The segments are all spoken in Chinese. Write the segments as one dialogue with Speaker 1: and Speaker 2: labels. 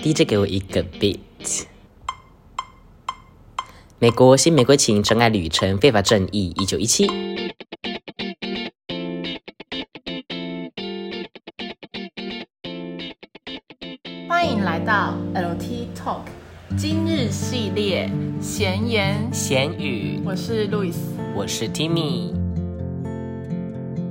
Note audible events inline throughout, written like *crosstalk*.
Speaker 1: DJ 给我一个 beat。美国新玫瑰情真爱旅程非法正义一九一七。
Speaker 2: 欢迎来到 LT Talk 今日系列闲言，
Speaker 1: 咸鱼，
Speaker 2: 我是路易斯。
Speaker 1: 我是 Timmy。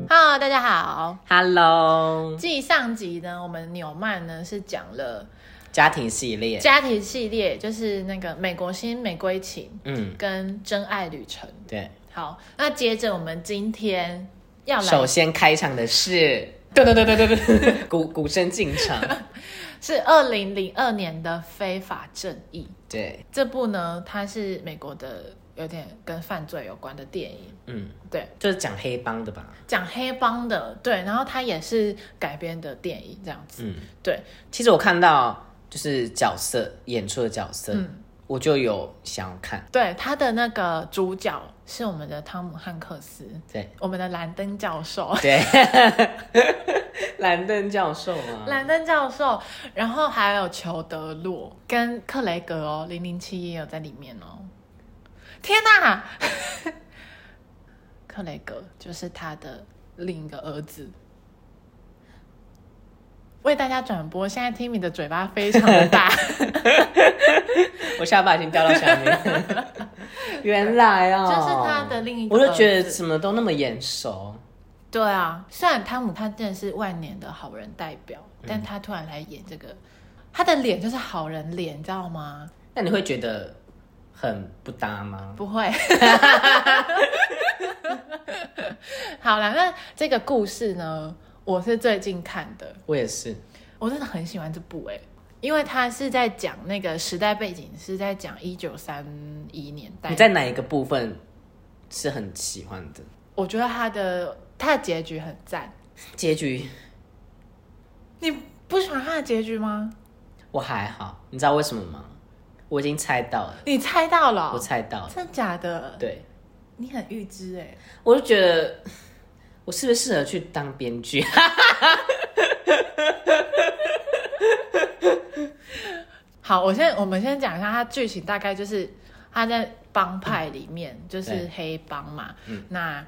Speaker 2: Hello，大家好。
Speaker 1: Hello，
Speaker 2: 继上集呢，我们纽曼呢是讲了
Speaker 1: 家庭系列。
Speaker 2: 家庭系列，就是那个美国新玫瑰情
Speaker 1: 嗯，
Speaker 2: 跟真爱旅程。
Speaker 1: 对。
Speaker 2: 好，那接着我们今天要来
Speaker 1: 首先开场的是， *laughs* 对对对对对对，鼓鼓声进场。
Speaker 2: 是二零零二年的《非法正义》
Speaker 1: 对，
Speaker 2: 这部呢，它是美国的有点跟犯罪有关的电影，
Speaker 1: 嗯，
Speaker 2: 对，
Speaker 1: 就是讲黑帮的吧。
Speaker 2: 讲黑帮的，对，然后它也是改编的电影这样子，
Speaker 1: 嗯，
Speaker 2: 对，
Speaker 1: 其实我看到就是角色演出的角色，
Speaker 2: 嗯
Speaker 1: 我就有想要看。
Speaker 2: 对，它的那个主角是我们的汤姆汉克斯，
Speaker 1: 对
Speaker 2: 我们的兰登教授，
Speaker 1: *laughs* 对，兰登教授吗？
Speaker 2: 兰登教授，然后还有裘德洛跟克雷格哦，零零七也有在里面哦。天哪， *laughs* 克雷格就是他的另一个儿子。为大家转播，现在 Timmy 的嘴巴非常的大，
Speaker 1: 我下巴已经掉到下面。
Speaker 2: *laughs*
Speaker 1: 原来哦，
Speaker 2: 就是他的另一个
Speaker 1: 我就觉得
Speaker 2: 儿子
Speaker 1: 怎么都那么眼熟。
Speaker 2: 对啊，虽然汤姆他真的是万年的好人代表，但他突然来演这个，他的脸就是好人脸，你知道吗？
Speaker 1: 那你会觉得很不搭吗？
Speaker 2: 不 *laughs* 会。好了，那这个故事呢，我是最近看的，
Speaker 1: 我也是，
Speaker 2: 我真的很喜欢这部哎、因为它是在讲那个时代背景，是在讲一九三一年代。
Speaker 1: 你在哪一个部分是很喜欢的？
Speaker 2: 我觉得它的它的结局很赞，
Speaker 1: 结局
Speaker 2: 你不喜欢它的结局吗？
Speaker 1: 我还好，你知道为什么吗？我已经猜到了，
Speaker 2: 你猜到了哦、
Speaker 1: 我猜到了，
Speaker 2: 真的假的？
Speaker 1: 对，
Speaker 2: 你很预知哎、
Speaker 1: 我就觉得我是不是适合去当编剧？ *laughs*
Speaker 2: 好，我现在我们先讲一下它剧情，大概就是他在帮派里面，就是
Speaker 1: 对
Speaker 2: 黑帮嘛。那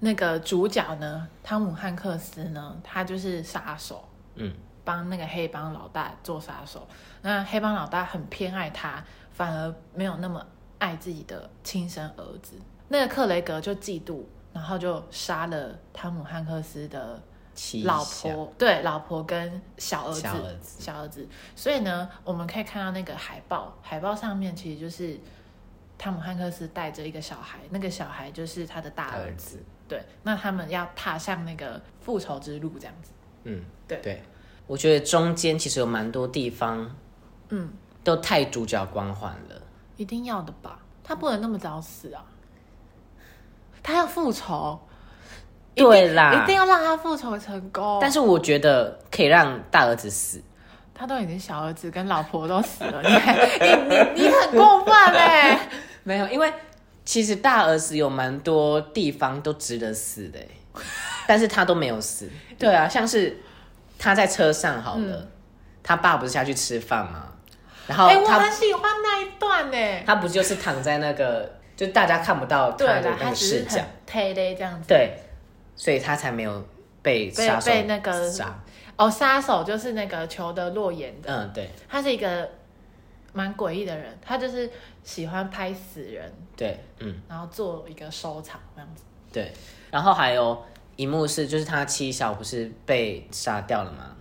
Speaker 2: 那个主角呢，汤姆汉克斯呢，他就是杀手，
Speaker 1: 嗯，
Speaker 2: 帮那个黑帮老大做杀手。那黑帮老大很偏爱他，反而没有那么爱自己的亲生儿子。那个克雷格就嫉妒，然后就杀了汤姆汉克斯的
Speaker 1: 七
Speaker 2: 老
Speaker 1: 小
Speaker 2: 婆对老婆跟小儿子
Speaker 1: 小儿子
Speaker 2: 小儿子所以呢，我们可以看到那个海报，海报上面其实就是汤姆汉克斯带着一个小孩，那个小孩就是他的大儿
Speaker 1: 儿
Speaker 2: 子。
Speaker 1: 子，
Speaker 2: 对，那他们要踏上那个复仇之路，这样子。
Speaker 1: 嗯，
Speaker 2: 对
Speaker 1: 对，我觉得中间其实有蛮多地方
Speaker 2: 嗯，
Speaker 1: 都太主角光环了。
Speaker 2: 一定要的吧？他不能那么早死啊！他要复仇，一定
Speaker 1: 对啦
Speaker 2: 一定要让他复仇成功。
Speaker 1: 但是我觉得可以让大儿子死，
Speaker 2: 他都已经小儿子跟老婆都死了，你还你你你很过分 *laughs* 哎、
Speaker 1: 没有，因为其实大儿子有蛮多地方都值得死的欸，但是他都没有
Speaker 2: *laughs*
Speaker 1: 死。对啊，像是他在车上好了，他爸不是下去吃饭吗？然后
Speaker 2: 嗯哎、我
Speaker 1: 他、
Speaker 2: 很喜欢那一段呢。欸
Speaker 1: 他不就是躺在那个，就大家看不到他
Speaker 2: 对
Speaker 1: 的
Speaker 2: 啦，
Speaker 1: 那
Speaker 2: 他
Speaker 1: 个
Speaker 2: 只
Speaker 1: 视
Speaker 2: 是
Speaker 1: 角
Speaker 2: 很，推嘞这样子。
Speaker 1: 对，所以他才没有被
Speaker 2: 被
Speaker 1: 杀手
Speaker 2: 被那个
Speaker 1: 杀。
Speaker 2: 哦，杀手就是那个裘德洛演的，
Speaker 1: 嗯，对
Speaker 2: 他是一个蛮诡异的人，他就是喜欢拍死人，
Speaker 1: 对，嗯
Speaker 2: 然后做一个收藏这样子。
Speaker 1: 对。然后还有一幕是，就是他七小不是被杀掉了吗？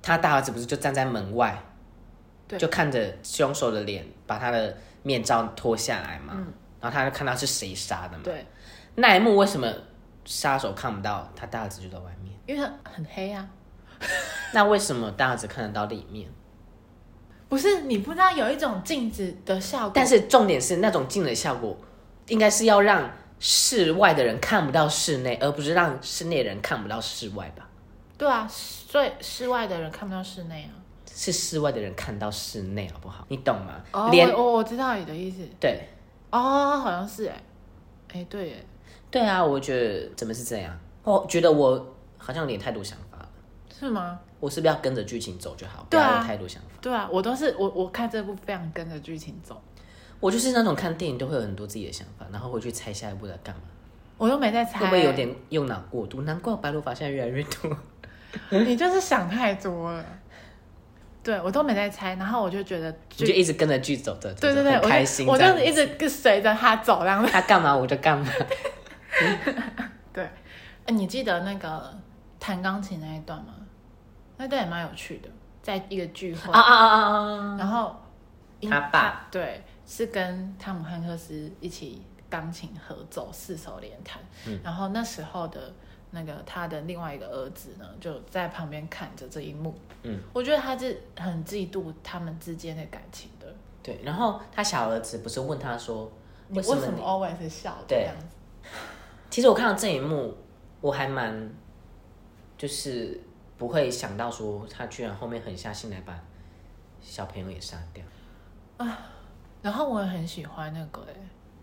Speaker 1: 他大儿子不是就站在门外，
Speaker 2: 对
Speaker 1: 就看着凶手的脸，把他的面罩脱下来嘛，然后他就看到是谁杀的嘛。
Speaker 2: 嗯对，
Speaker 1: 那一幕为什么杀手看不到，他大儿子就在外面？
Speaker 2: 因为他很黑啊。
Speaker 1: 那为什么大儿子看得到里面？
Speaker 2: 不是你不知道有一种镜子的效果，
Speaker 1: 但是重点是那种镜的效果，应该是要让室外的人看不到室内，而不是让室内人看不到室外吧？
Speaker 2: 对啊，所以室外的人看不到室内啊。
Speaker 1: 是室外的人看到室内，好不好？你懂吗？
Speaker 2: 哦，
Speaker 1: 连
Speaker 2: 我我我知道你的意思。
Speaker 1: 对
Speaker 2: 哦，好像是哎，哎对耶，
Speaker 1: 对啊，我觉得怎么是这样？我觉得我好像有点太多想法了，
Speaker 2: 是吗？
Speaker 1: 我是不是要跟着剧情走就好？不
Speaker 2: 对啊
Speaker 1: 要有太多想法。
Speaker 2: 对啊，我都是我我看这部非常跟着剧情走，
Speaker 1: 我就是那种看电影都会有很多自己的想法，然后回去猜下一步在干嘛，
Speaker 2: 我又没在猜，
Speaker 1: 会不会有？点用脑过度？难怪我白头发现在越来越多。
Speaker 2: 你就是想太多了。对，我都没在猜，然后我就觉得
Speaker 1: 你 *laughs* 就一直跟着剧走的，
Speaker 2: 对对对，
Speaker 1: 很
Speaker 2: 我就
Speaker 1: 开心
Speaker 2: 我
Speaker 1: 这样。
Speaker 2: 就一直跟随着他走，然后
Speaker 1: *laughs* 他干嘛我就干嘛。
Speaker 2: 对。哎，你记得那个弹钢琴那一段吗？那段也蛮有趣的，在一个聚会，
Speaker 1: 啊啊啊啊啊！
Speaker 2: 然后因
Speaker 1: 他爸
Speaker 2: 对是跟汤姆汉克斯一起钢琴合奏四手联弹，
Speaker 1: 嗯
Speaker 2: 然后那时候的那个他的另外一个儿子呢就在旁边看着这一幕，
Speaker 1: 嗯，
Speaker 2: 我觉得他是很嫉妒他们之间的感情的，
Speaker 1: 对，然后他小儿子不是问他说，
Speaker 2: 你
Speaker 1: 什
Speaker 2: 为
Speaker 1: 么
Speaker 2: 什
Speaker 1: 你
Speaker 2: 么 always 笑这
Speaker 1: 对
Speaker 2: 样子？
Speaker 1: 其实我看到这一幕，我还蛮就是不会想到说他居然后面狠下心来把小朋友也杀掉。
Speaker 2: 然后我也很喜欢那个、欸，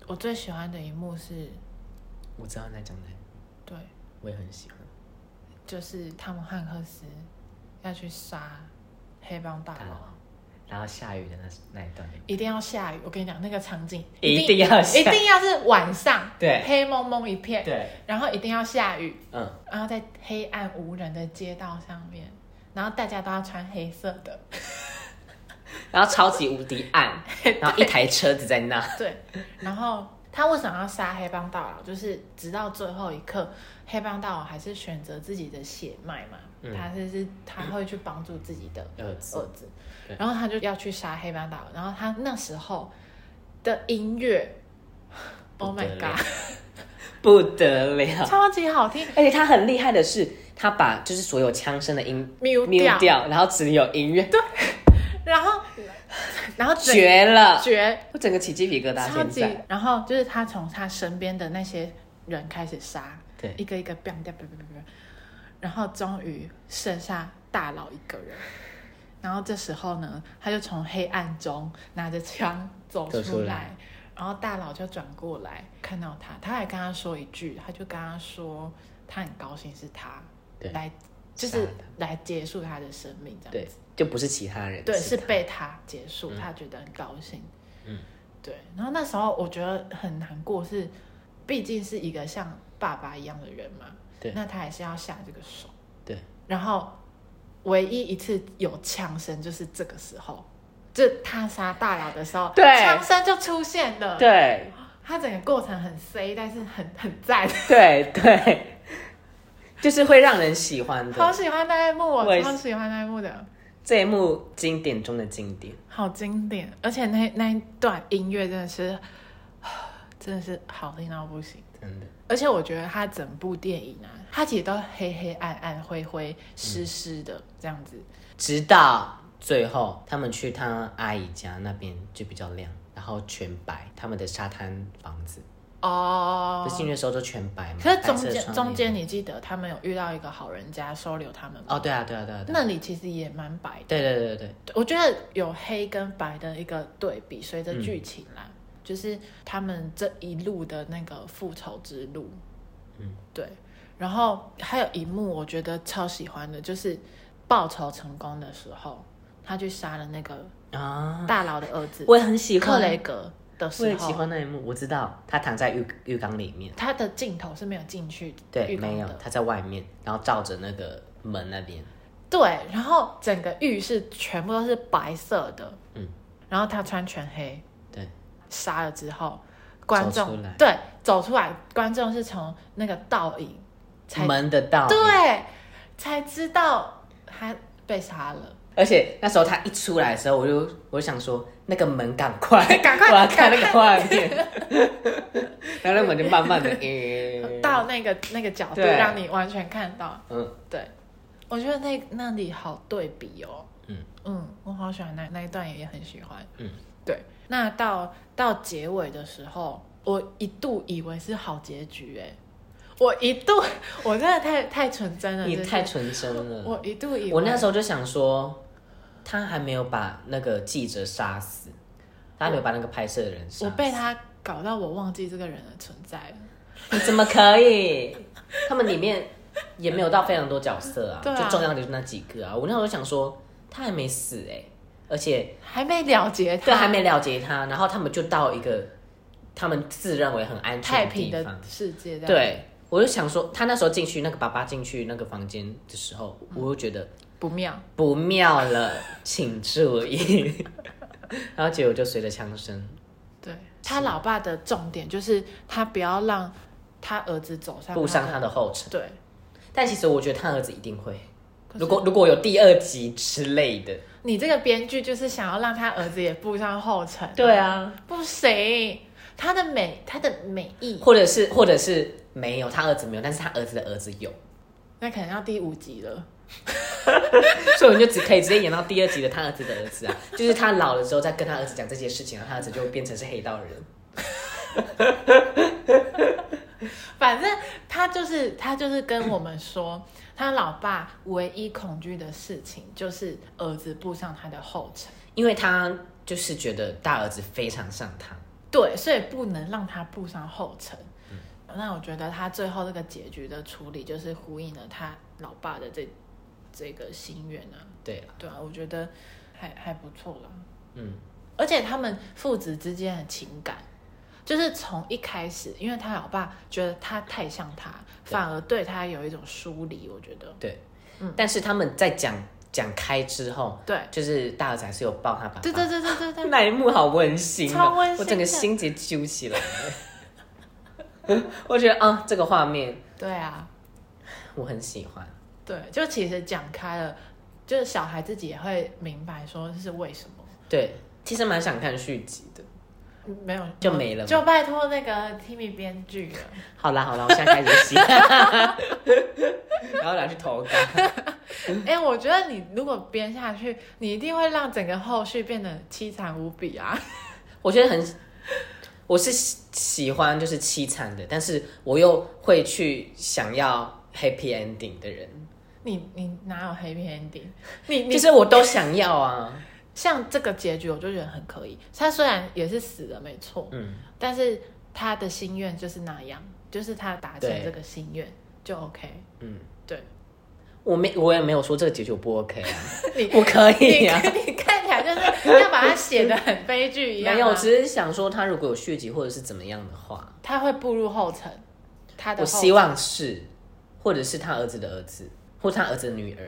Speaker 2: 我最喜欢的一幕是，
Speaker 1: 我知道你在讲哪一幕，
Speaker 2: 对，
Speaker 1: 我也很喜欢
Speaker 2: 就是汤姆汉克斯要去杀黑帮大
Speaker 1: 大
Speaker 2: 佬
Speaker 1: 佬。，然后下雨的那那一段。
Speaker 2: 一定要下雨，我跟你讲那个场景
Speaker 1: 一定要下
Speaker 2: 一定要是晚上，
Speaker 1: 对
Speaker 2: 黑蒙蒙一片，
Speaker 1: 对，
Speaker 2: 然后一定要下雨，
Speaker 1: 嗯，
Speaker 2: 然后在黑暗无人的街道上面，然后大家都要穿黑色的，
Speaker 1: 然后超级无敌暗，
Speaker 2: *laughs*
Speaker 1: 然后一台车子在那，
Speaker 2: 对，然后他为什么要杀黑帮大佬？就是直到最后一刻，黑帮大佬还是选择自己的血脉嘛，
Speaker 1: 嗯
Speaker 2: 他就是他会去帮助自己的
Speaker 1: *laughs* 儿
Speaker 2: 儿
Speaker 1: 子，
Speaker 2: 子
Speaker 1: 对，
Speaker 2: 然后他就要去杀黑帮大佬，然后他那时候的音乐
Speaker 1: 不
Speaker 2: ，Oh my
Speaker 1: 得了
Speaker 2: god！
Speaker 1: 不得了。
Speaker 2: 超级好听，
Speaker 1: 而且他很厉害的是，他把就是所有枪声的音
Speaker 2: mute 掉
Speaker 1: 掉，然后只有音乐，
Speaker 2: 然后然后整
Speaker 1: 绝了！
Speaker 2: 绝
Speaker 1: 我整个起鸡皮疙瘩，
Speaker 2: 超
Speaker 1: 现
Speaker 2: 级
Speaker 1: 在，
Speaker 2: 然后就是他从他身边的那些人开始杀，
Speaker 1: 对
Speaker 2: 一个一个 bang 掉 bang bang bang，然后终于剩下大佬一个人，然后这时候呢，他就从黑暗中拿着枪走
Speaker 1: 走出
Speaker 2: 出来
Speaker 1: 来。
Speaker 2: 然后大佬就转过来看到他，他还跟他说一句，他就跟他说他很高兴是他
Speaker 1: 对
Speaker 2: 来，就
Speaker 1: 杀
Speaker 2: 是
Speaker 1: 了
Speaker 2: 来结束他的生命这样子。
Speaker 1: 对，就不是其他人，
Speaker 2: 对，是
Speaker 1: 他
Speaker 2: 被他结束，
Speaker 1: 嗯
Speaker 2: 他觉得很高兴。
Speaker 1: 嗯，
Speaker 2: 对。然后那时候我觉得很难过是，毕竟是一个像爸爸一样的人嘛，
Speaker 1: 对
Speaker 2: 那他还是要下这个手。 *laughs*
Speaker 1: 对，
Speaker 2: 然后唯一一次有枪声就是这个时候，就他杀大佬的时候，
Speaker 1: 对
Speaker 2: 枪声就出现了。，
Speaker 1: 对
Speaker 2: 他整个过程很 C，但是很很赞，
Speaker 1: 对对，就是会让人喜欢
Speaker 2: 好
Speaker 1: 的
Speaker 2: 喜欢那一幕，
Speaker 1: 我
Speaker 2: 我
Speaker 1: 也是
Speaker 2: 超喜欢那一幕的。
Speaker 1: 这一幕经典中的经典。
Speaker 2: 好经典，而且那那一段音乐真的是，啊真的是好听到不行。
Speaker 1: 真的，
Speaker 2: 而且我觉得它整部电影啊，它其实都黑黑暗暗、灰灰湿湿的这样子。
Speaker 1: 直到最后他们去他阿姨家那边就比较亮，然后全白，他们的沙滩房子，
Speaker 2: 哦
Speaker 1: 不，是进去的时候都全白吗？
Speaker 2: 可是中
Speaker 1: 白色的
Speaker 2: 间
Speaker 1: 窗
Speaker 2: 中
Speaker 1: 帘
Speaker 2: 间，你记得他们有遇到一个好人家收留他们吗？
Speaker 1: 哦，对啊，对啊，对啊，对啊
Speaker 2: 那里其实也蛮白的。
Speaker 1: 对对对对对。
Speaker 2: 我觉得有黑跟白的一个对比，随着剧情
Speaker 1: 嗯
Speaker 2: 啦，就是他们这一路的那个复仇之路，
Speaker 1: 嗯，
Speaker 2: 对。然后还有一幕我觉得超喜欢的，就是报仇成功的时候，他去杀了那个
Speaker 1: 啊，
Speaker 2: 大佬的儿子
Speaker 1: 我也很喜欢
Speaker 2: 克雷格的
Speaker 1: 我
Speaker 2: 时
Speaker 1: 也喜
Speaker 2: 候，
Speaker 1: 欢那一幕。我知道他躺在浴浴缸里面，
Speaker 2: 他的镜头是没有进去
Speaker 1: 对，
Speaker 2: 浴缸
Speaker 1: 没有，
Speaker 2: 的，
Speaker 1: 他在外面，然后照着那个门那边，
Speaker 2: 对。然后整个浴室全部都是白色的，
Speaker 1: 嗯，
Speaker 2: 然后他穿全黑，
Speaker 1: 对，
Speaker 2: 杀了之后，观
Speaker 1: 走
Speaker 2: 众
Speaker 1: 出来
Speaker 2: 对走出来，观众是从那个倒影才
Speaker 1: 门的倒影，
Speaker 2: 对才知道他被杀了，
Speaker 1: 而且那时候他一出来的时候，我就我就想说，那个门赶快，
Speaker 2: 赶
Speaker 1: *laughs*
Speaker 2: 快
Speaker 1: 我要看那个
Speaker 2: 赶
Speaker 1: 画面， *laughs* 然后那门就慢慢的， *laughs* 嗯
Speaker 2: 到那个那个角度
Speaker 1: 对
Speaker 2: 让你完全看到。
Speaker 1: 嗯，
Speaker 2: 对，我觉得那那里好对比哦。
Speaker 1: 嗯
Speaker 2: 嗯，我好喜欢那那一段，也很喜欢。
Speaker 1: 嗯，
Speaker 2: 对。那到到结尾的时候，我一度以为是好结局哎。我一度， *laughs* 我真的太太纯真了，
Speaker 1: 你
Speaker 2: 就是
Speaker 1: 太纯真了。
Speaker 2: 我一度以为
Speaker 1: 我那时候就想说，他还没有把那个记者杀死，他还没有把那个拍摄的人杀死。
Speaker 2: 我被他搞到我忘记这个人的存在了。
Speaker 1: 你怎么可以？他们里面也没有到非常多角色啊，
Speaker 2: 对啊
Speaker 1: 就重要的就那几个啊。我那时候想说，他还没死哎、而且
Speaker 2: 还没了结他，
Speaker 1: 对还没了结他，然后他们就到一个他们自认为很安
Speaker 2: 太
Speaker 1: 全
Speaker 2: 平
Speaker 1: 地
Speaker 2: 的
Speaker 1: 方。
Speaker 2: 世界，，
Speaker 1: 对，我就想说，他那时候进去那个爸爸进去那个房间的时候，我就觉得
Speaker 2: 不妙。
Speaker 1: 不妙了，请注意。 *laughs* 然后结果就随着枪声，
Speaker 2: 对他老爸的重点就是他不要让他儿子走上
Speaker 1: 步上
Speaker 2: 的
Speaker 1: 他的后尘。
Speaker 2: 对，
Speaker 1: 但其实我觉得他儿子一定会，
Speaker 2: 可是
Speaker 1: 如果如果有第二集之类的，
Speaker 2: 你这个编剧就是想要让他儿子也步上后尘，
Speaker 1: 对，啊，
Speaker 2: 不行，他的美，他的美意，
Speaker 1: 或者是或者是没有，他儿子没有，但是他儿子的儿子有， *laughs*
Speaker 2: 那可能要第五集了。
Speaker 1: 所以我们就只可以直接演到第二集的他儿子的儿子啊，就是他老了之后再跟他儿子讲这些事情，啊然后他儿子就会变成是黑道人。
Speaker 2: 反正他就是他就是跟我们说，
Speaker 1: *clears throat*
Speaker 2: 他老爸唯一恐惧的事情就是儿子步上他的后尘，
Speaker 1: 因为他就是觉得大儿子非常上他，
Speaker 2: 对，所以不能让他步上后尘。嗯那我觉得他最后这个结局的处理，就是呼应了他老爸的这这个心愿啊，
Speaker 1: 对啊，
Speaker 2: 对啊，我觉得还还不错啦。
Speaker 1: 嗯，
Speaker 2: 而且他们父子之间的情感，就是从一开始，因为他老爸觉得他太像他，
Speaker 1: 对
Speaker 2: 反而对他有一种疏离。我觉得，
Speaker 1: 对，
Speaker 2: 嗯
Speaker 1: 但是他们在讲讲开之后，
Speaker 2: 对，
Speaker 1: 就是大儿子还是有抱他爸爸，
Speaker 2: 对对对对对对，
Speaker 1: 那一幕好温馨、哦，
Speaker 2: 超温馨的
Speaker 1: 我整个心结揪起来 *laughs* 了我觉得啊、这个画面
Speaker 2: 对啊，
Speaker 1: 我很喜欢。
Speaker 2: 对，就其实讲开了，就是小孩自己也会明白说是为什么。
Speaker 1: 对，其实蛮想看续集的。
Speaker 2: 没有
Speaker 1: 就没了吗
Speaker 2: 就拜托那个 Timmy 编剧了。
Speaker 1: *laughs* 好啦好啦，我现在开始写， *laughs* 然后拿去投稿。
Speaker 2: 哎、我觉得你如果编下去，你一定会让整个后续变得凄惨无比啊！ *laughs*
Speaker 1: 我觉得很，我是喜喜欢就是凄惨的，但是我又会去想要 happy ending 的人，
Speaker 2: 你你哪有 happy ending？你你
Speaker 1: 就是我都想要啊。
Speaker 2: 像这个结局，我就觉得很可以。他虽然也是死了，没错，
Speaker 1: 嗯，
Speaker 2: 但是他的心愿就是那样，就是他达成
Speaker 1: 对
Speaker 2: 这个心愿就 OK。
Speaker 1: 嗯，
Speaker 2: 对，
Speaker 1: 我没我也没有说这个结局我不 OK 啊， *laughs*
Speaker 2: 你
Speaker 1: 我可以
Speaker 2: 你
Speaker 1: 啊。
Speaker 2: 你看起来就是要把它写的很悲剧一
Speaker 1: *laughs*
Speaker 2: 样、啊。
Speaker 1: 没有，我只是想说，他如果有续集或者是怎么样的话，
Speaker 2: 他会步入后尘，他的
Speaker 1: 我
Speaker 2: 后尘
Speaker 1: 希望是，或者是他儿子的儿子，或他儿子的女儿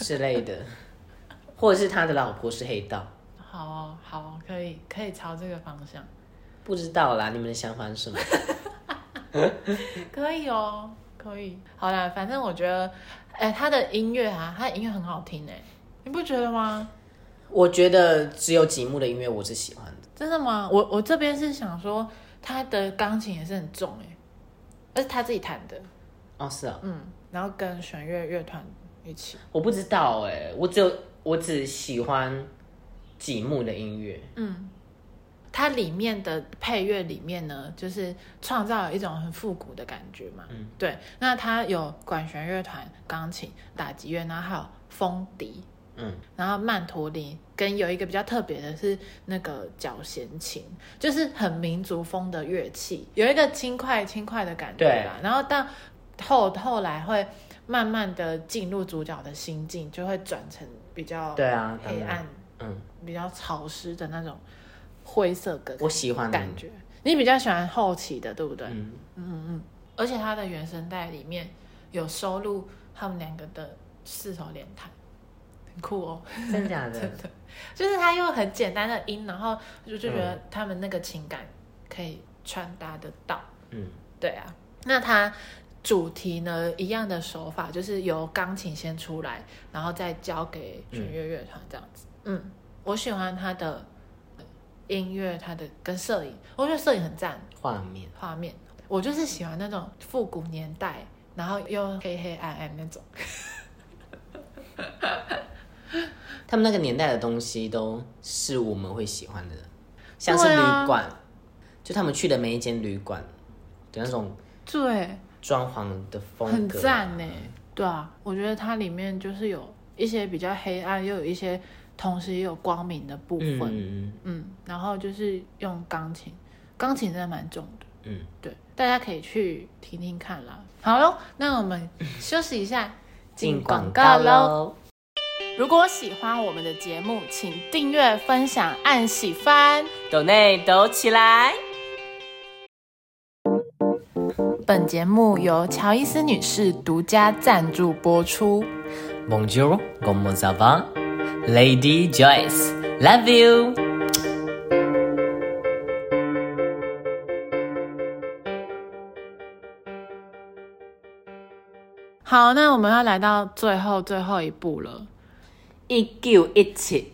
Speaker 1: 之类的，或者是他的老婆是黑道，
Speaker 2: 好哦好哦可以可以朝这个方向，
Speaker 1: 不知道啦。你们的想法是什么？ *laughs*
Speaker 2: 可以哦，可以。好啦，反正我觉得，哎、他的音乐啊，他的音乐很好听哎、你不觉得吗？
Speaker 1: 我觉得只有几幕的音乐我是喜欢的，
Speaker 2: 真的吗？我我这边是想说，他的钢琴也是很重哎、而且他自己弹的，
Speaker 1: 哦，是啊，
Speaker 2: 嗯，然后跟弦乐乐团一起，
Speaker 1: 我不知道哎、我只有我只喜欢几幕的音乐，
Speaker 2: 嗯，它里面的配乐里面呢，就是创造了一种很复古的感觉嘛，
Speaker 1: 嗯，
Speaker 2: 对。那它有管弦乐团、钢琴、打击乐，然后还有风笛，
Speaker 1: 嗯，
Speaker 2: 然后曼陀林，跟有一个比较特别的是那个角弦琴，就是很民族风的乐器，有一个轻快轻快的感觉啦。然后到后后来会慢慢的进入主角的心境，就会转成比较
Speaker 1: 对啊，当
Speaker 2: 黑
Speaker 1: 然，
Speaker 2: 暗、
Speaker 1: 嗯，
Speaker 2: 比较潮湿的那种灰色跟
Speaker 1: 我喜欢的
Speaker 2: 感觉。你比较喜欢后期的，对不对？
Speaker 1: 嗯，
Speaker 2: 而且它的原声带里面有收录他们两个的四手联弹，很酷哦。
Speaker 1: *laughs* 真假的，
Speaker 2: 就是他用很简单的音，然后就就觉得他们那个情感可以传达得到。
Speaker 1: 嗯，
Speaker 2: 对啊，那它主题呢一样的手法，就是由钢琴先出来，然后再交给弦乐乐团这样子。嗯，我喜欢他的音乐，他的跟摄影，我觉得摄影很赞，
Speaker 1: 画面，
Speaker 2: 画面。我就是喜欢那种复古年代，然后又黑黑暗暗那种。
Speaker 1: 他们那个年代的东西都是我们会喜欢的，像是
Speaker 2: 对啊
Speaker 1: 旅馆，就他们去的每一间旅馆的那种
Speaker 2: 对，
Speaker 1: 装潢的风
Speaker 2: 很欸
Speaker 1: 格，
Speaker 2: 啊赞呢。对啊，我觉得它里面就是有一些比较黑暗，又有一些同时也有光明的部分。嗯
Speaker 1: 嗯
Speaker 2: 然后就是用钢琴，钢琴真的蛮重的。
Speaker 1: 嗯，
Speaker 2: 对，大家可以去听听看啦。好喽，那我们休息一下，
Speaker 1: 进广告
Speaker 2: 喽。
Speaker 1: 喽。
Speaker 2: 如果喜欢我们的节目，请订阅、分享、按喜欢。
Speaker 1: 抖内抖起来。
Speaker 2: 本节目由乔伊斯女士独家赞助播出。
Speaker 1: Bonjour, comment ça va? Lady Joyce, love you.
Speaker 2: 好，那我们要来到最后最后一步了。
Speaker 1: 一九一七，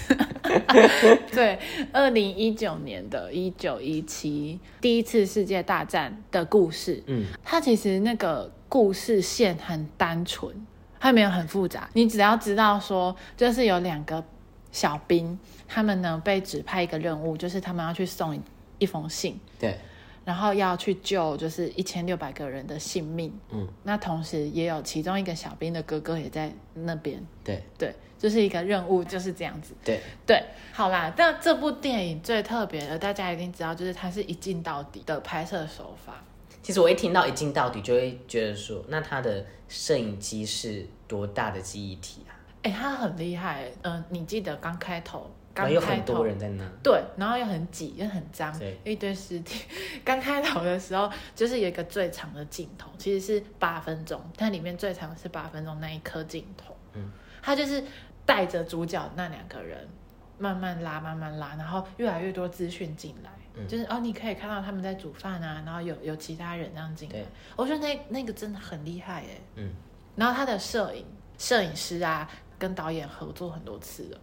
Speaker 2: *laughs* 对，二零一九年的一九一七第一次世界大战的故事，
Speaker 1: 嗯，
Speaker 2: 它其实那个故事线很单纯，它没有很复杂。你只要知道说，就是有两个小兵，他们呢被指派一个任务，就是他们要去送一一封信，
Speaker 1: 对，
Speaker 2: 然后要去救就是一千六百个人的性命。
Speaker 1: 嗯，
Speaker 2: 那同时也有其中一个小兵的哥哥也在那边。
Speaker 1: 对，
Speaker 2: 对，就是一个任务就是这样子。
Speaker 1: 对，
Speaker 2: 对，好啦，那这部电影最特别的，大家一定知道，就是它是一镜到底的拍摄手法。
Speaker 1: 其实我一听到一镜到底，就会觉得说，那他的摄影机是多大的记忆体啊？
Speaker 2: 哎、它很厉害。嗯、你记得刚开头，
Speaker 1: 然
Speaker 2: 刚
Speaker 1: 后有
Speaker 2: 开
Speaker 1: 很多
Speaker 2: 头，
Speaker 1: 人在那，
Speaker 2: 对，然后又很挤，又很脏
Speaker 1: 对，
Speaker 2: 一堆尸体。 *laughs* 刚开头的时候，就是有一个最长的镜头，其实是八分钟，它里面最长是八分钟那一颗镜头。
Speaker 1: 嗯，
Speaker 2: 它就是带着主角那两个人慢慢拉，慢慢拉，然后越来越多资讯进来。
Speaker 1: 嗯
Speaker 2: 就是哦，你可以看到他们在煮饭啊，然后有有其他人这样进来
Speaker 1: 对。
Speaker 2: 我觉得那那个真的很厉害哎。
Speaker 1: 嗯，
Speaker 2: 然后他的摄影摄影师啊，跟导演合作很多次了。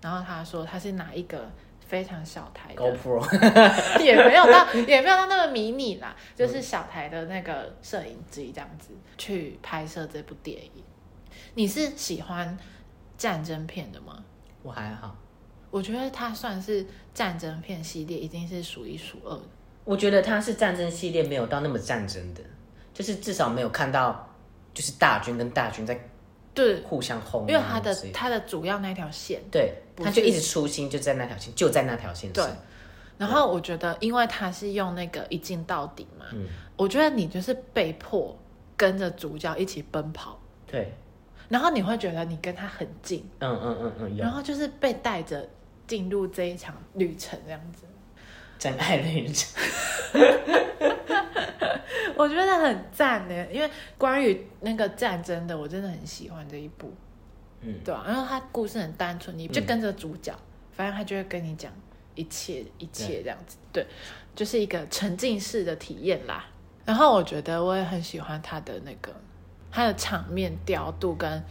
Speaker 2: 然后他说他是拿一个非常小台 *laughs* 的，
Speaker 1: GoPro， *laughs*
Speaker 2: 也没有到 *laughs* 也没有到那么迷你啦，就是小台的那个摄影机这样子去拍摄这部电影。你是喜欢战争片的吗？
Speaker 1: 我还好，
Speaker 2: 我觉得它算是战争片系列，一定是数一数二的。
Speaker 1: 我觉得他是战争系列没有到那么战争的，就是至少没有看到就是大军跟大军在
Speaker 2: 对，
Speaker 1: 互相轰啊之类，
Speaker 2: 因为它的它的主要那条线，
Speaker 1: 对，
Speaker 2: 不
Speaker 1: 他就是一直粗心，就在那条线，就在那条线
Speaker 2: 对
Speaker 1: 上，。
Speaker 2: 然后我觉得，因为它是用那个一镜到底嘛，
Speaker 1: 嗯
Speaker 2: 我觉得你就是被迫跟着主角一起奔跑，
Speaker 1: 对，
Speaker 2: 然后你会觉得你跟他很近，
Speaker 1: 嗯嗯嗯嗯，有
Speaker 2: 然后就是被带着进入这一场旅程这样子，
Speaker 1: 真爱旅程。
Speaker 2: 我觉得很赞呢。因为关于那个战争的，我真的很喜欢这一部，
Speaker 1: 嗯
Speaker 2: 对啊，因为它故事很单纯，你就
Speaker 1: 嗯
Speaker 2: 跟着主角，反正他就会跟你讲一切一切这样子，对，就是一个沉浸式的体验啦。然后我觉得我也很喜欢它的那个它的场面调度跟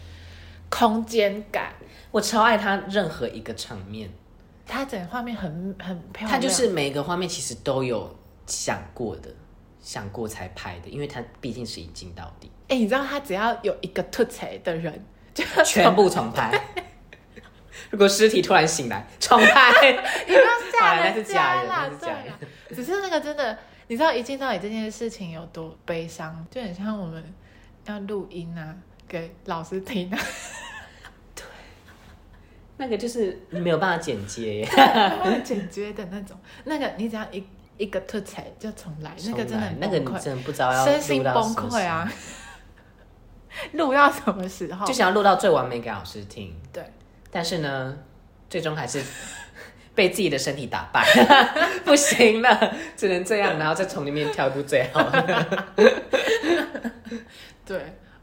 Speaker 2: 空间感，
Speaker 1: 我超爱他任何一个场面，
Speaker 2: 它整个画面很很漂亮，
Speaker 1: 他就是每个画面其实都有想过的，想过才拍的，因为他毕竟是一镜到
Speaker 2: *laughs*
Speaker 1: 底，
Speaker 2: 哎、你知道他只要有一个吐槽的人，就
Speaker 1: 全部重拍。 *laughs* 如果尸体突然醒来，重拍。
Speaker 2: *laughs* 你不要
Speaker 1: 好啦
Speaker 2: 吓
Speaker 1: 那
Speaker 2: 人
Speaker 1: 是假
Speaker 2: 家
Speaker 1: 人
Speaker 2: 啦
Speaker 1: 那，是
Speaker 2: 对
Speaker 1: 假
Speaker 2: 啦，只是那个真的，你知道一镜到底这件事情有多悲伤，就很像我们要录音啊，给老师
Speaker 1: *laughs*
Speaker 2: 听啊，
Speaker 1: 那个就是没有办法剪接耶，
Speaker 2: 简洁的那种。那个你只要一一个吐槽就重来，那个真的
Speaker 1: 重来
Speaker 2: 很
Speaker 1: 那个
Speaker 2: 崩
Speaker 1: 你
Speaker 2: 溃，
Speaker 1: 真的不知道要
Speaker 2: 身心
Speaker 1: 录
Speaker 2: 崩
Speaker 1: 到什么
Speaker 2: 溃啊！ *laughs* 录到什么时候？
Speaker 1: 时候，就想要录到最完美给老师听，
Speaker 2: 对，
Speaker 1: 但是呢，最终还是 *laughs* 被自己的身体打败， *laughs* 不行了，只能这样，然后再从里面挑一部最好的。
Speaker 2: 对，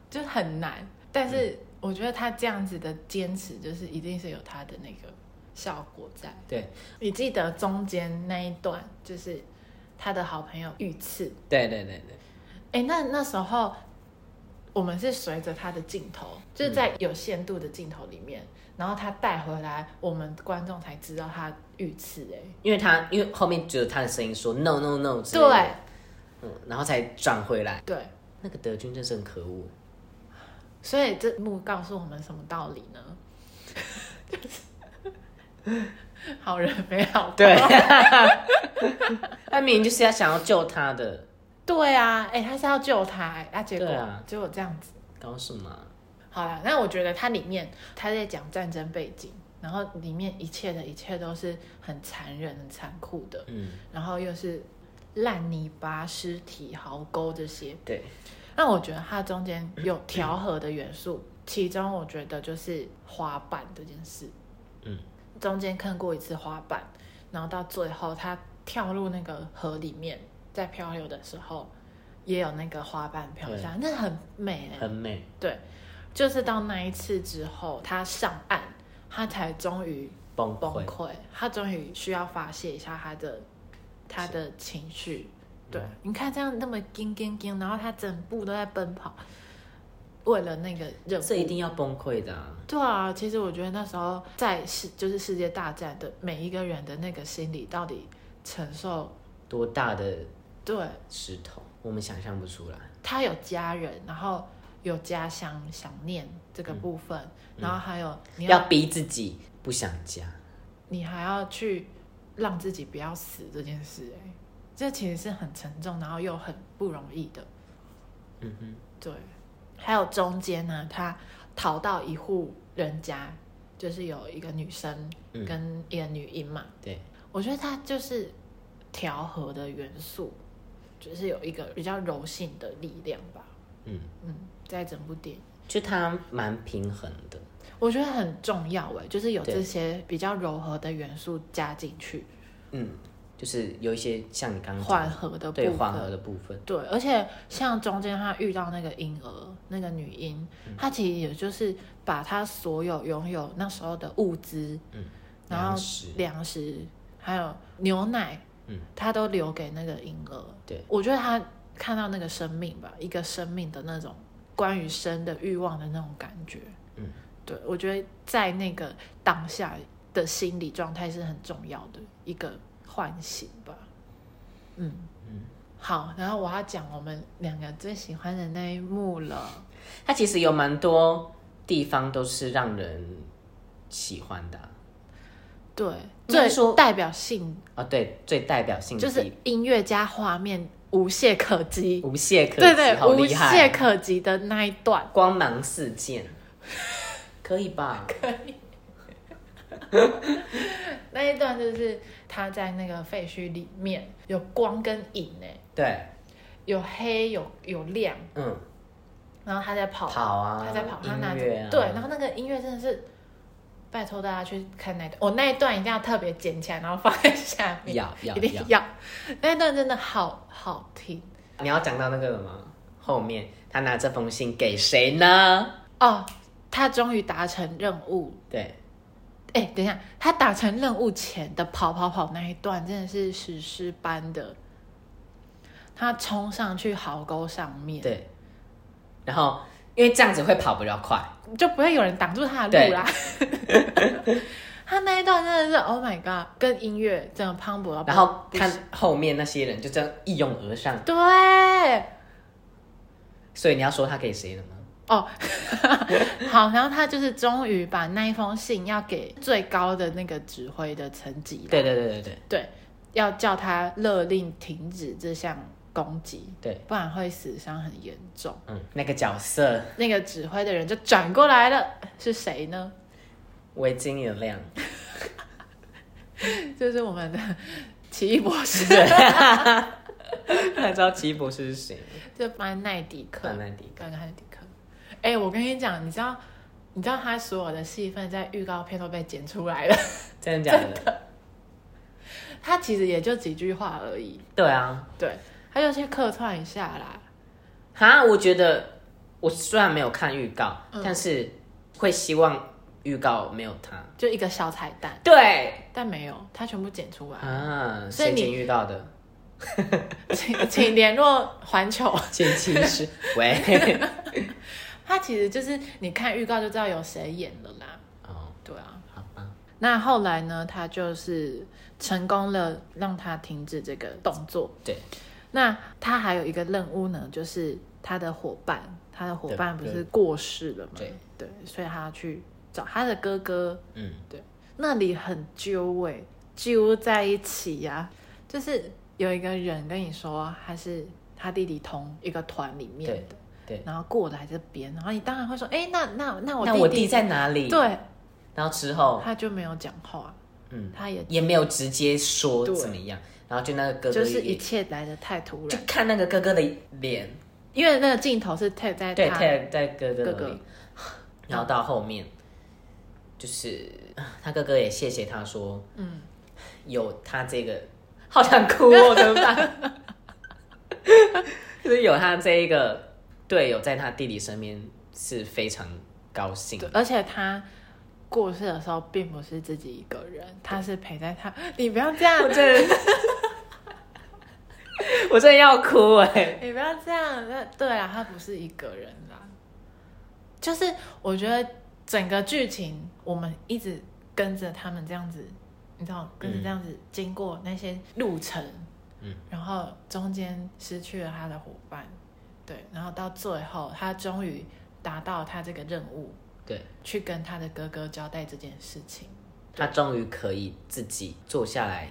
Speaker 2: 就是很难。但是我觉得他这样子的坚持，就是一定是有他的那个效果在。
Speaker 1: 对
Speaker 2: 你记得中间那一段，就是他的好朋友遇刺，
Speaker 1: 对对对对，
Speaker 2: 哎，那那时候我们是随着他的镜头，就是在有限度的镜头里面，然后他带回来，我们观众才知道他遇刺、哎，
Speaker 1: 因为他因为后面只有他的声音说 no no no 之类
Speaker 2: 对
Speaker 1: 的，嗯，然后才转回来。
Speaker 2: 对，
Speaker 1: 那个德军真是很可恶，
Speaker 2: 所以这幕告诉我们什么道理呢？ *laughs* 就是好人没好报。
Speaker 1: 对， *laughs* 他明明就是要想要救他的，
Speaker 2: 对啊，哎、他是要救他、哎啊，结果、
Speaker 1: 对啊
Speaker 2: 结果这样子，
Speaker 1: 搞什么啊？
Speaker 2: 好了，那我觉得它里面他在讲战争背景，然后里面一切的一切都是很残忍、很残酷的，
Speaker 1: 嗯，
Speaker 2: 然后又是烂泥巴、尸体、壕沟这些。
Speaker 1: 对，
Speaker 2: 那我觉得它中间有调和的元素，其中我觉得就是滑板这件事。
Speaker 1: 嗯，
Speaker 2: 中间看过一次滑板，然后到最后他跳入那个河里面，在漂流的时候，也有那个滑板飘下来，那很美欸
Speaker 1: 很美，
Speaker 2: 对，就是到那一次之后，他上岸，他才终于
Speaker 1: 崩
Speaker 2: 崩
Speaker 1: 溃，
Speaker 2: 溃，他终于需要发泄一下他的他的情绪。对，你看这样那么叮叮叮，然后他整部都在奔跑，为了那个任
Speaker 1: 这一
Speaker 2: 务。
Speaker 1: 定要崩溃的、啊。
Speaker 2: 对啊，其实我觉得那时候在世就是世界大战的每一个人的那个心理到底承受，
Speaker 1: 多大的
Speaker 2: 对
Speaker 1: 石头，我们想象不出来。
Speaker 2: 他有家人，然后有家乡想念这个部分，然后还有你
Speaker 1: 要逼自己不想家，
Speaker 2: 你还要去让自己不要死这件事、哎，这其实是很沉重，然后又很不容易的。
Speaker 1: 嗯哼，
Speaker 2: 对，还有中间呢，他逃到一户人家，就是有一个女生
Speaker 1: 嗯
Speaker 2: 跟一个女婴嘛，
Speaker 1: 对，
Speaker 2: 我觉得它就是调和的元素，就是有一个比较柔性的力量吧。
Speaker 1: 嗯，
Speaker 2: 嗯，在整部电影。
Speaker 1: 就它蛮平衡的，
Speaker 2: 我觉得很重要哎、就是有
Speaker 1: 对
Speaker 2: 这些比较柔和的元素加进去，
Speaker 1: 嗯，就是有一些像你刚刚
Speaker 2: 缓
Speaker 1: 讲
Speaker 2: 和的
Speaker 1: 的
Speaker 2: 部
Speaker 1: 嗯对
Speaker 2: 分，
Speaker 1: 缓和的部分，
Speaker 2: 对，而且像中间他遇到那个婴儿，那个女婴，
Speaker 1: 嗯
Speaker 2: 她其实也就是把她所有拥有那时候的物资，
Speaker 1: 嗯，
Speaker 2: 然后
Speaker 1: 粮食
Speaker 2: 粮食还有牛奶，
Speaker 1: 嗯，
Speaker 2: 她都留给那个婴儿。
Speaker 1: 对，
Speaker 2: 我觉得她看到那个生命吧，一个生命的那种关于生的欲望的那种感觉，
Speaker 1: 嗯，
Speaker 2: 对，我觉得在那个当下的心理状态是很重要的一个唤醒吧。嗯
Speaker 1: 嗯
Speaker 2: 好，然后我要讲我们两个最喜欢的那一幕了。
Speaker 1: 它其实有蛮多地方都是让人喜欢的啊、
Speaker 2: 对，
Speaker 1: 应该
Speaker 2: 最
Speaker 1: 说
Speaker 2: 代表性
Speaker 1: 啊对，最代表性的
Speaker 2: 就是
Speaker 1: 地
Speaker 2: 音乐加画面无懈可击，
Speaker 1: 无懈可击，
Speaker 2: 对对，
Speaker 1: 好
Speaker 2: 无
Speaker 1: 厉
Speaker 2: 懈
Speaker 1: 害，哦
Speaker 2: 可击的那一段。
Speaker 1: 光芒四溅， *laughs* 可以吧？
Speaker 2: 那一段就是他在那个废墟里面有光跟影诶，
Speaker 1: 对，
Speaker 2: 有黑有有亮，
Speaker 1: 嗯，
Speaker 2: 然后他在跑，
Speaker 1: 跑啊，
Speaker 2: 他在跑，他拿
Speaker 1: 音
Speaker 2: 着、
Speaker 1: 乐啊，
Speaker 2: 对，然后那个音乐真的是，拜托大家去看那一段，我那一段一定要特别捡起来，然后放在下面，
Speaker 1: 要要
Speaker 2: 一定
Speaker 1: 要
Speaker 2: 要，那一段真的好好听
Speaker 1: 你要讲到那个了吗？后面他拿这封信给谁呢？
Speaker 2: 哦。他终于达成任务，
Speaker 1: 对，
Speaker 2: 哎，等一下，他达成任务前的跑跑跑那一段真的是史诗般的，他冲上去壕沟上面，，
Speaker 1: 对，然后因为这样子会跑比较快，
Speaker 2: 就不会有人挡住他的
Speaker 1: 对
Speaker 2: 路啦。 *laughs* 他那一段真的是 Oh my God，跟音乐真的磅礴到不，
Speaker 1: 然后看后面那些人就这样一拥而上，
Speaker 2: 对，
Speaker 1: 所以你要说他给谁了吗？
Speaker 2: 哦， *laughs* 好，然后他就是终于把那一封信要给最高的那个指挥的层级了，
Speaker 1: 对对对对对
Speaker 2: 对，要叫他勒令停止这项攻击，
Speaker 1: 对，
Speaker 2: 不然会死伤很严重。
Speaker 1: 嗯，那个角色
Speaker 2: 那个指挥的人就转过来了，是谁呢？
Speaker 1: 围巾也亮，
Speaker 2: 就是我们的奇异博士，
Speaker 1: 对，他知道奇异博士是谁吗，
Speaker 2: *laughs* 就班奈迪克，
Speaker 1: 范兰迪克，
Speaker 2: 班奈迪克。哎、我跟你讲，你知道，你知道他所有的戏份在预告片都被剪出来了， *laughs*
Speaker 1: 真的假的？
Speaker 2: 他其实也就几句话而已。
Speaker 1: 对啊，
Speaker 2: 对，他就去客串一下啦。
Speaker 1: 哈，我觉得我虽然没有看预告，
Speaker 2: 嗯
Speaker 1: 但是会希望预告没有他。
Speaker 2: 就一个小彩蛋，
Speaker 1: 对
Speaker 2: 但没有，他全部剪出来。 *laughs*
Speaker 1: 啊，
Speaker 2: 所以
Speaker 1: 谁
Speaker 2: 你
Speaker 1: 剪预告的？
Speaker 2: 请请联络环球， *laughs*
Speaker 1: 剪辑师，喂，
Speaker 2: 他其实就是你看预告就知道有谁演了啦。
Speaker 1: 哦，
Speaker 2: 对啊，
Speaker 1: 好吧，
Speaker 2: 那后来呢，他就是成功了，让他停止这个动作。
Speaker 1: 对，
Speaker 2: 那他还有一个任务呢，就是他的伙伴，他的伙伴不
Speaker 1: 对
Speaker 2: 是过世了吗？
Speaker 1: 对
Speaker 2: 对，所以他要去找他的哥哥，
Speaker 1: 嗯，
Speaker 2: 那里很揪哎、揪在一起呀、就是有一个人跟你说他是他弟弟同一个团里面的，
Speaker 1: 对
Speaker 2: 然后过来这边，然后你当然会说，哎，那那那我
Speaker 1: 那我弟
Speaker 2: 弟
Speaker 1: 在哪里？，
Speaker 2: 对，
Speaker 1: 然后之后
Speaker 2: 他就没有讲话，
Speaker 1: 嗯，
Speaker 2: 他也
Speaker 1: 也没有直接说
Speaker 2: 对
Speaker 1: 怎么样，然后就那个哥哥
Speaker 2: 就是一
Speaker 1: 也
Speaker 2: 切来的太突
Speaker 1: 就
Speaker 2: 然，
Speaker 1: 看那个哥哥的脸，
Speaker 2: 因为那个镜头是 take 在
Speaker 1: 对，
Speaker 2: 他
Speaker 1: 在在哥哥的
Speaker 2: 哥哥
Speaker 1: 脸，然后到后面就是啊他哥哥也谢谢他说，嗯，有他这个，好想哭哦，怎么办？ *laughs* 就是有他这一个队友在他弟弟身边是非常高兴的
Speaker 2: 对，，而且他过世的时候并不是自己一个人，他是陪在他。 *gasps* 你不要这样， *laughs*
Speaker 1: 我真的， *laughs* 我真的要哭哎、
Speaker 2: 你不要这样。那对啊，他不是一个人啦。就是我觉得整个剧情，我们一直跟着他们这样子，你知道，跟着这样子经过那些路程，
Speaker 1: 嗯，
Speaker 2: 然后中间失去了他的伙伴，对，然后到最后，他终于达到他这个任务，
Speaker 1: 对
Speaker 2: 去跟他的哥哥交代这件事情。
Speaker 1: 他终于可以自己坐下来，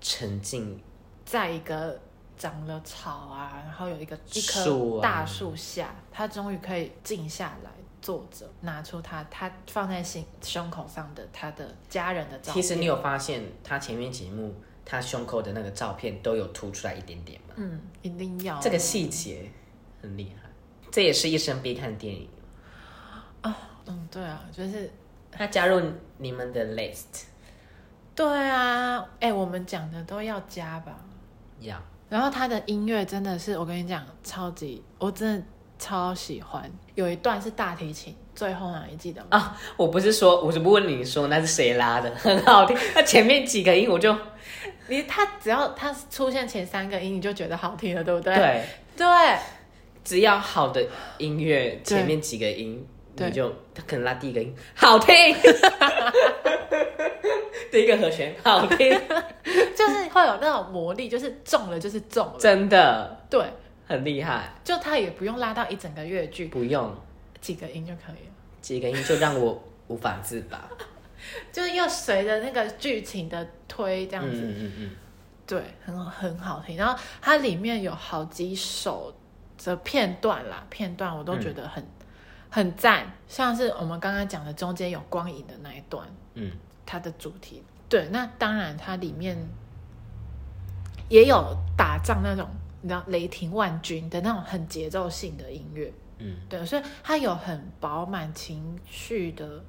Speaker 1: 沉浸
Speaker 2: 在一个长了草啊，然后有一个一
Speaker 1: 树
Speaker 2: 棵
Speaker 1: 啊
Speaker 2: 大树下，他终于可以静下来坐着，拿出他他放在心胸口上的他的家人的照
Speaker 1: 其
Speaker 2: 片。
Speaker 1: 实你有发现，他前面几幕他胸口的那个照片都有凸出来一点点吗？
Speaker 2: 嗯，一定要
Speaker 1: 这个细节很厉害，这也是一生必看电影。
Speaker 2: 嗯，对啊，就是
Speaker 1: 那加入你们的 list
Speaker 2: 对啊，哎、我们讲的都要加吧。
Speaker 1: 要
Speaker 2: 然后他的音乐真的是，我跟你讲，超级，我真的超喜欢。有一段是大提琴，最后啊，你记得吗？
Speaker 1: 啊！我不是说，我是不问你说那是谁拉的，很好听。那前面几个音我就
Speaker 2: 你他只要他出现前三个音，你就觉得好听了，对不对？
Speaker 1: 对，
Speaker 2: 对，
Speaker 1: 只要好的音乐
Speaker 2: 对
Speaker 1: 前面几个音，
Speaker 2: 对
Speaker 1: 你就他可能拉第一个音好听， *laughs* 第一个和弦好听，
Speaker 2: 就是会有那种魔力，就是中了就是中了。
Speaker 1: *laughs* 真的
Speaker 2: 对，
Speaker 1: 很厉害，
Speaker 2: 就他也不用拉到一整个乐句，
Speaker 1: 不用
Speaker 2: 几个音就可以了。
Speaker 1: 几个音就让我无法自拔。
Speaker 2: 就是又随着那个剧情的推这样
Speaker 1: 嗯
Speaker 2: 子，
Speaker 1: 嗯嗯嗯，
Speaker 2: 对，很很好听。然后它里面有好几首的片段啦，片段我都觉得很、很赞，像是我们刚刚讲的中间有光影的那一段，
Speaker 1: 嗯，
Speaker 2: 它的主题。对，那当然它里面也有打仗那种，你知道雷霆万钧的那种很节奏性的音乐，
Speaker 1: 嗯，
Speaker 2: 对，所以它有很饱满情绪的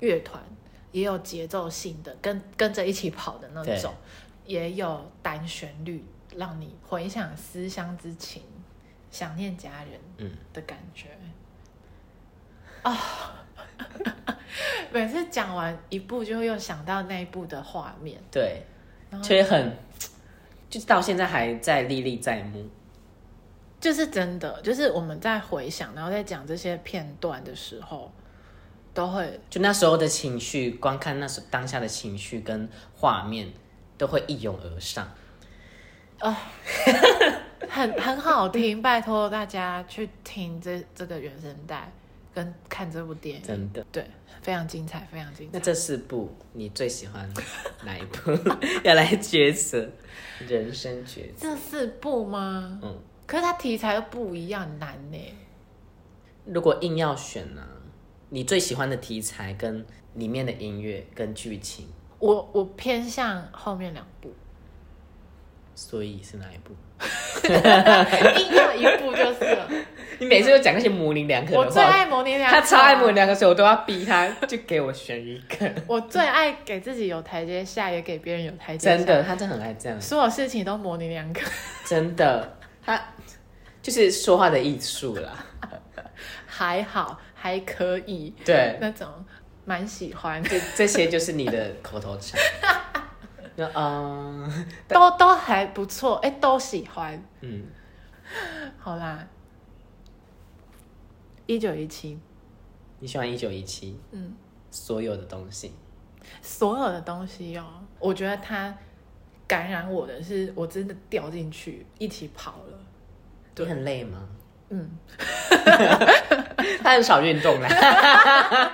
Speaker 2: 乐团，也有节奏性的跟跟着一起跑的那种，也有单旋律让你回想思乡之情，想念家人，
Speaker 1: 嗯
Speaker 2: 的感觉。啊、 *laughs* 每次讲完一部，就会又想到那一部的画面。
Speaker 1: 对，
Speaker 2: 然后
Speaker 1: 所以很，就是到现在还在历历在目。
Speaker 2: 就是真的，就是我们在回想，然后在讲这些片段的时候，都会
Speaker 1: 就那时候的情绪，光看那时当下的情绪跟画面，都会一涌而上。
Speaker 2: 很很好听。拜托大家去听这这个原声带，跟看这部电影，
Speaker 1: 真的。
Speaker 2: 对，非常精彩，非常精
Speaker 1: 那
Speaker 2: 彩。
Speaker 1: 这四部你最喜欢哪一部？ *laughs* 要来抉择，人生抉择。
Speaker 2: 这四部吗？
Speaker 1: 嗯，
Speaker 2: 可是它题材又不一样，难呢、
Speaker 1: 如果硬要选呢、你最喜欢的题材跟里面的音乐跟剧情，
Speaker 2: 我我偏向后面两
Speaker 1: *laughs*
Speaker 2: 部，
Speaker 1: 所以是哪一部？
Speaker 2: 硬要一部就是
Speaker 1: *laughs*
Speaker 2: 了。
Speaker 1: 你每次都讲那些模棱两可
Speaker 2: 我
Speaker 1: 的
Speaker 2: 最
Speaker 1: 话，
Speaker 2: 爱模棱两可，
Speaker 1: 他
Speaker 2: 啊
Speaker 1: 超爱模棱，两可，所以我都要逼他，就给我选一个。
Speaker 2: 我最爱给自己有台阶下，也给别人有台阶下。
Speaker 1: 真，的，他真的很爱这样，
Speaker 2: 所有事情都模棱两可。
Speaker 1: 真的，他就是说话的艺术啦。
Speaker 2: *laughs* 还好，还可以，
Speaker 1: *laughs* 对，
Speaker 2: 那种蛮喜欢，
Speaker 1: 这这些就是你的口头禅。 *laughs* 那嗯
Speaker 2: 都都还不错，哎、都喜欢。
Speaker 1: 嗯，
Speaker 2: 好啦，一九一七，
Speaker 1: 你喜欢一九一七？
Speaker 2: 嗯，
Speaker 1: 所有的东西，
Speaker 2: 所有的东西哦，我觉得它感染我的是，我真的掉进去一起跑了。
Speaker 1: *laughs* 你很累吗？
Speaker 2: 嗯，
Speaker 1: *laughs* 他很少运动啦，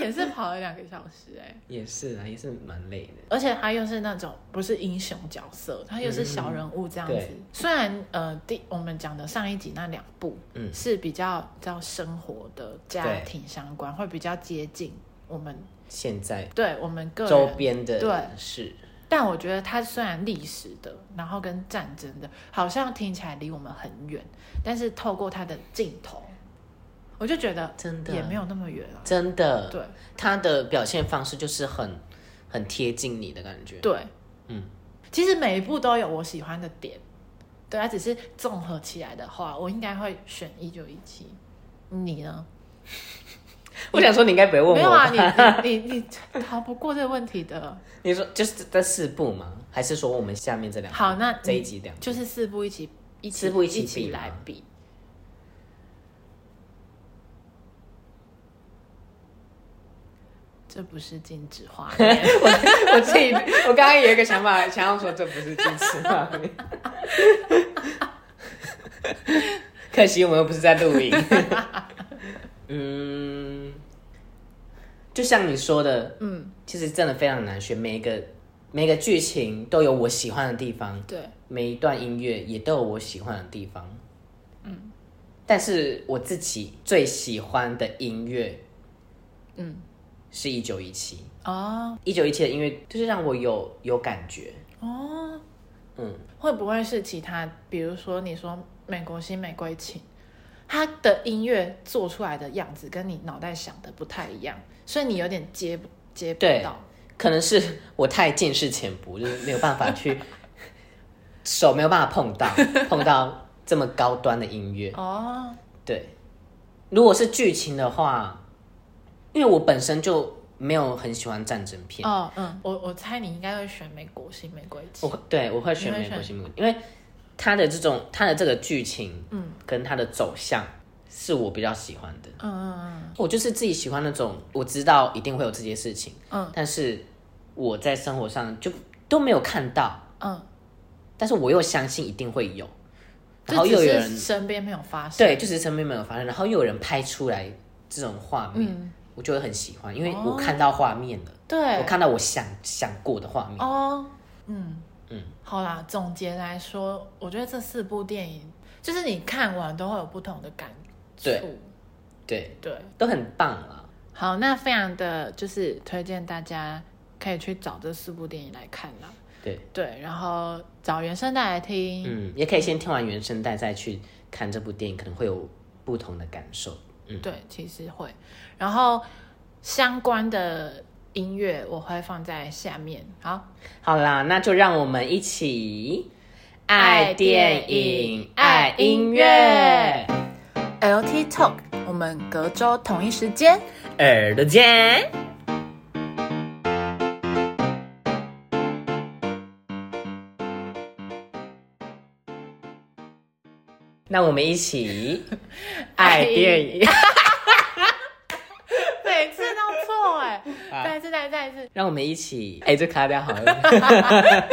Speaker 2: 也是跑了两个小时哎、
Speaker 1: 也是啊，也是蛮累的。
Speaker 2: 而且他又是那种不是英雄角色，他又是小人物这样子。
Speaker 1: 嗯对
Speaker 2: 虽然呃，第我们讲的上一集那两部，
Speaker 1: 嗯
Speaker 2: 是比较叫生活的家
Speaker 1: 对
Speaker 2: 庭相关，会比较接近我们
Speaker 1: 现在
Speaker 2: 对我们个
Speaker 1: 周
Speaker 2: 人。
Speaker 1: 边的
Speaker 2: 对
Speaker 1: 事，
Speaker 2: 但我觉得它虽然历史的，然后跟战争的，好像听起来离我们很远，但是透过它的镜头，我就觉得
Speaker 1: 真的
Speaker 2: 也没有那么远啊。
Speaker 1: 真的，
Speaker 2: 对
Speaker 1: 他的表现方式就是很很贴近你的感觉。
Speaker 2: 对，
Speaker 1: 嗯，
Speaker 2: 其实每一部都有我喜欢的点，对啊，只是综合起来的话，我应该会选一九一七。你呢？
Speaker 1: 我想说你应该不会问我吧，
Speaker 2: 没有啊，你你你你逃不过这个问题的。
Speaker 1: 你说就是这四部吗？还是说我们下面这两部？
Speaker 2: 好，那
Speaker 1: 这一集两部
Speaker 2: 就是四部一起一起
Speaker 1: 四部一起比
Speaker 2: 起
Speaker 1: 吗
Speaker 2: 来比。这不是禁止画面，
Speaker 1: *laughs* 我自己，我刚刚有一个想法，想要说这不是金丝画
Speaker 2: *laughs*
Speaker 1: 面。可惜我们又不是在录影。
Speaker 2: *laughs*
Speaker 1: 嗯，就像你说的，
Speaker 2: 嗯，
Speaker 1: 其实真的非常难选，每一个每个剧情都有我喜欢的地方，
Speaker 2: 对，
Speaker 1: 每一段音乐也都有我喜欢的地方。嗯，但是我自己最喜欢的音乐
Speaker 2: 嗯，
Speaker 1: 是一九一七，
Speaker 2: 哦
Speaker 1: 一九一七的音乐就是让我有有感觉。
Speaker 2: 哦，
Speaker 1: 嗯，
Speaker 2: 会不会是其他，比如说你说美国新玫瑰情，它的音乐做出来的样子跟你脑袋想的不太一样，所以你有点接不接不
Speaker 1: 对
Speaker 2: 到，
Speaker 1: 可能是我太见识浅薄，就是没有办法去手没有办法碰到碰到这么高端的音乐。
Speaker 2: 哦，
Speaker 1: 对，如果是剧情的话，因为我本身就没有很喜欢战争片，
Speaker 2: 哦，嗯，我我猜你应该会选美国新玫瑰
Speaker 1: 我
Speaker 2: 情，
Speaker 1: 会对我会选
Speaker 2: 你会
Speaker 1: 美国
Speaker 2: 选
Speaker 1: 新闻，因为它的这种它的这个剧情，嗯，跟它的走向是我比较喜欢的。
Speaker 2: 嗯嗯嗯
Speaker 1: 我就是自己喜欢那种，我知道一定会有这些事情，
Speaker 2: 嗯，
Speaker 1: 但是我在生活上就都没有看到，
Speaker 2: 嗯，
Speaker 1: 但是我又相信一定会有，然后
Speaker 2: 就
Speaker 1: 又有
Speaker 2: 只
Speaker 1: 人
Speaker 2: 是身边没有发生，
Speaker 1: 对，就只是身边没有发生，然后又有人拍出来这种画面，我就会很喜欢，因为我看到画面了，
Speaker 2: 嗯哦对，
Speaker 1: 我看到我想想过的画面，
Speaker 2: 哦，嗯
Speaker 1: 嗯，
Speaker 2: 好啦，总结来说，我觉得这四部电影，就是你看完都会有不同的感触，
Speaker 1: 对对，
Speaker 2: 对
Speaker 1: 都很棒啦。
Speaker 2: 好，那非常的就是推荐大家可以去找这四部电影来看啦。
Speaker 1: 对，
Speaker 2: 对，然后找原声带来听。
Speaker 1: 嗯，也可以先听完原声带再去看这部电影，可能会有不同的感受。嗯，
Speaker 2: 对，其实会。然后相关的音乐我会放在下面。好，
Speaker 1: 好啦，那就让我们一起
Speaker 2: 爱
Speaker 1: 爱
Speaker 2: 电
Speaker 1: 电
Speaker 2: 影
Speaker 1: 影、
Speaker 2: 爱
Speaker 1: 爱
Speaker 2: 音
Speaker 1: 音
Speaker 2: 乐
Speaker 1: 乐。
Speaker 2: LT Talk，我们隔周同一时间
Speaker 1: 耳朵见。那我们一起 *laughs* 爱电 *laughs* 影，
Speaker 2: 每次都错哎、
Speaker 1: 啊
Speaker 2: 再一次，再一次，再一次。
Speaker 1: 让我们一起哎，这卡掉好了。